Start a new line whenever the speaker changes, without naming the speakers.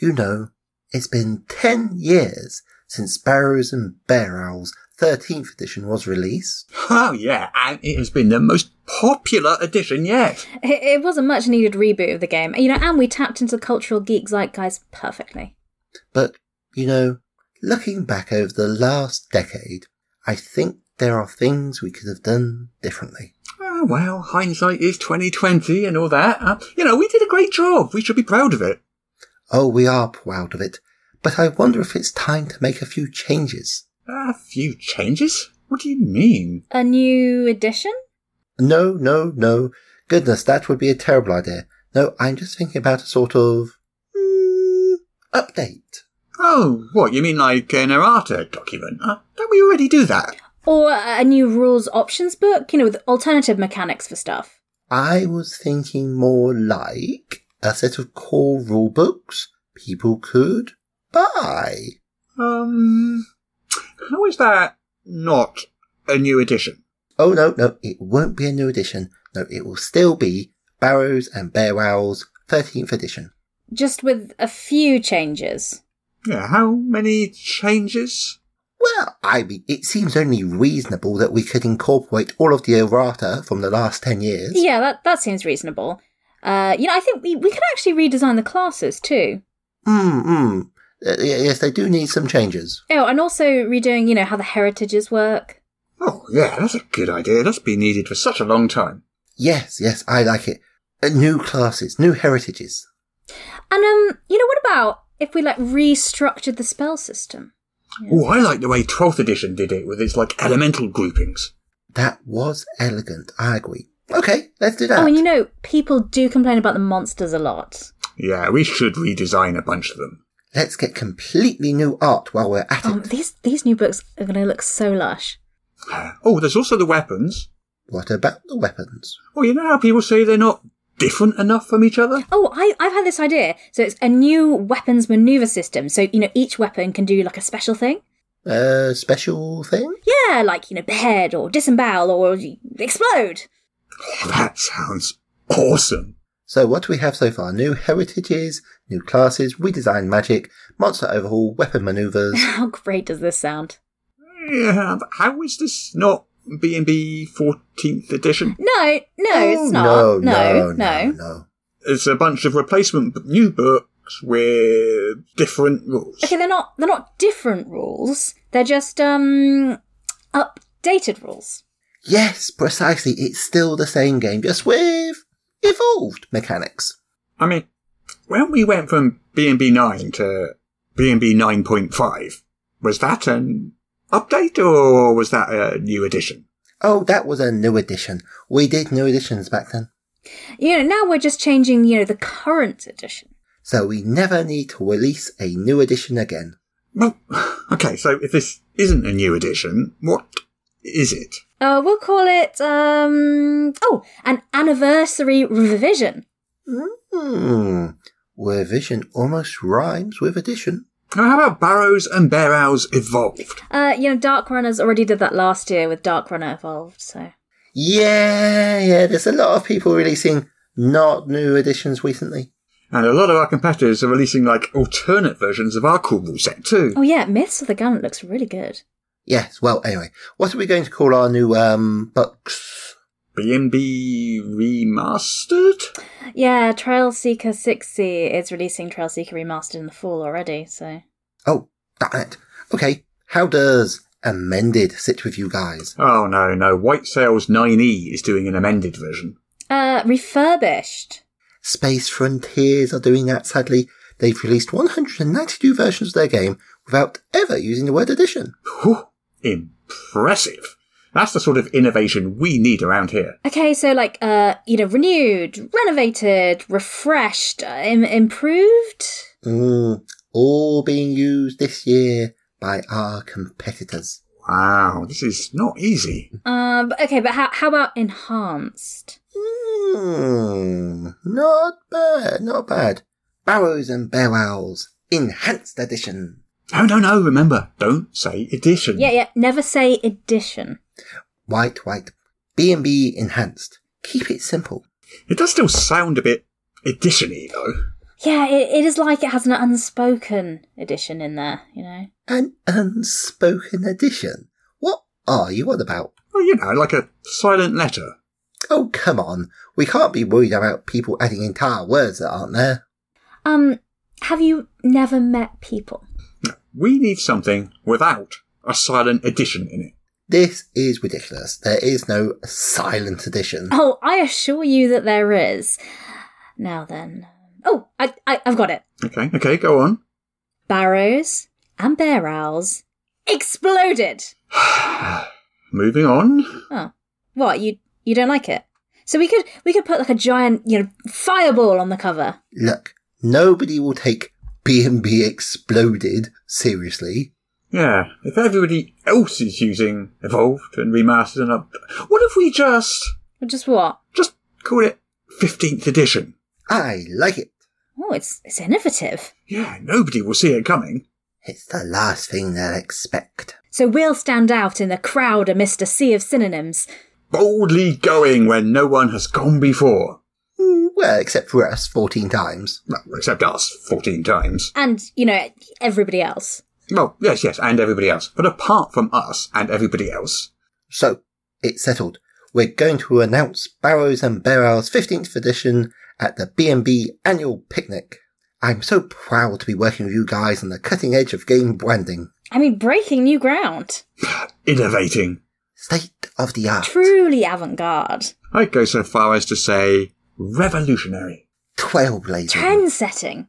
You know, it's been 10 years since Sparrows and Bear Owls 13th edition was released.
Oh, yeah, and it has been the most popular edition yet.
It, it was a much needed reboot of the game, you know, and we tapped into the cultural geek zeitgeist perfectly.
But, you know, looking back over the last decade, I think there are things we could have done differently.
Oh, well, hindsight is 2020 and all that. Uh, you know, we did a great job. We should be proud of it.
Oh, we are proud of it. But I wonder if it's time to make a few changes.
A few changes? What do you mean?
A new edition?
No, no, no. Goodness, that would be a terrible idea. No, I'm just thinking about a sort of mm, update.
Oh, what, you mean like an errata document? Uh, don't we already do that?
Or a new rules options book, you know, with alternative mechanics for stuff.
I was thinking more like a set of core rule books people could buy.
Um, how is that not a new edition?
Oh no, no, it won't be a new edition. No, it will still be Barrows and Bear Owls 13th edition.
Just with a few changes.
Yeah, how many changes?
Well, I mean, it seems only reasonable that we could incorporate all of the errata from the last 10 years.
Yeah, that, that seems reasonable. Uh, you know, I think we, we could actually redesign the classes too.
Mm, mm. Uh, y- yes, they do need some changes.
Oh, and also redoing, you know, how the heritages work.
Oh, yeah, that's a good idea. That's been needed for such a long time.
Yes, yes, I like it. Uh, new classes, new heritages.
And, um, you know, what about if we, like, restructured the spell system?
Oh, I like the way 12th edition did it with its, like, elemental groupings.
That was elegant, I agree. Okay, let's do that.
Oh, and you know, people do complain about the monsters a lot.
Yeah, we should redesign a bunch of them.
let's get completely new art while we're at
Um,
it.
these, these new books are going to look so lush.
Oh, there's also the weapons.
What about the weapons?
Oh, you know how people say they're not different enough from each other?
Oh, I, I've had this idea. So it's a new weapons maneuver system. So, you know, each weapon can do like a special thing.
Uh, special thing?
Yeah, like, you know, behead or disembowel or explode.
Oh, that sounds awesome.
So what do we have so far? New heritages, new classes, redesigned magic, monster overhaul, weapon maneuvers.
How great does this sound?
Yeah, but how is this not B&B 14th edition?
No, no, it's not.
Oh, No,
no,
no, no, no.
It's a bunch of replacement b- new books with different rules.
Okay, they're not they're not different rules. They're just um updated rules.
Yes, precisely. It's still the same game, just with evolved mechanics.
I mean, when we went from B&B 9 to B&B 9.5, was that an update or was that a new edition?
Oh, that was a new edition. We did new editions back then.
You know, now we're just changing, you know, the current edition.
So we never need to release a new edition again.
Well, okay, so if this isn't a new edition, what is it?
Uh we'll call it um oh, an anniversary revision.
Hmm. Revision almost rhymes with edition.
Now, how about Barrows and Bear Owls Evolved?
Uh you know, Dark Runners already did that last year with Dark Runner Evolved, so
Yeah, yeah, there's a lot of people releasing not new editions recently.
And a lot of our competitors are releasing, like, alternate versions of our cool rule set, too.
Oh yeah, Myths of the Gun looks really good.
Yes, well, anyway, what are we going to call our new, um, books?
B&B Remastered?
Yeah, Trail Seeker 6C is releasing Trail Seeker Remastered in the fall already, so
Oh, darn it. Okay, how does amended sit with you guys?
Oh, no, no. White Sails 9e is doing an amended version.
uh refurbished.
Space Frontiers are doing that, sadly. They've released 192 versions of their game without ever using the word edition.
Whew, impressive. That's the sort of innovation we need around here.
Okay, so like, uh, you know, renewed, renovated, refreshed, uh, Im- improved.
Mm, all being used this year by our competitors.
Wow, this is not easy.
Uh, but, okay, but how how about enhanced?
Mm, not bad, not bad. Barrows and Bear Owls, Enhanced Edition.
No, no, no, remember, don't say edition.
Yeah, yeah. Never say edition.
White, white. B&B Enhanced. Keep it simple.
It does still sound a bit edition y, though.
Yeah, it, it is like it has an unspoken edition in there, you know?
An unspoken addition. What are you on about?
Well, you know, like a silent letter.
Oh, come on. We can't be worried about people adding entire words that aren't there.
Um, have you never met people?
We need something without a silent edition in it.
This is ridiculous. There is no silent edition.
Oh, I assure you that there is. Now then. Oh, I, I, I've got it.
Okay, okay, go on.
Barrows and bear owls exploded.
Moving on.
Oh, what you you don't like it? So we could we could put like a giant you know fireball on the cover.
Look, nobody will take B&B Exploded seriously.
Yeah, if everybody else is using evolved and remastered and up, what if we just
Or Just what?
just call it fifteenth edition?
I like it.
Oh, it's it's innovative.
Yeah, nobody will see it coming.
It's the last thing they'll expect.
So we'll stand out in the crowd amidst a sea of synonyms.
Boldly going where no one has gone before,
Mm, Well, except for us 14 times.
well, except us fourteen times.
And, you know, everybody else.
Well, yes, yes, and everybody else, but apart from us and everybody else.
So, it's settled. We're going to announce Barrows and Barrels 15th edition at the B&B annual picnic. I'm so proud to be working with you guys on the cutting edge of game branding.
I mean, breaking new ground.
Innovating.
State of the art.
Truly avant garde.
I'd go so far as to say revolutionary.
Trailblazing.
Trend setting.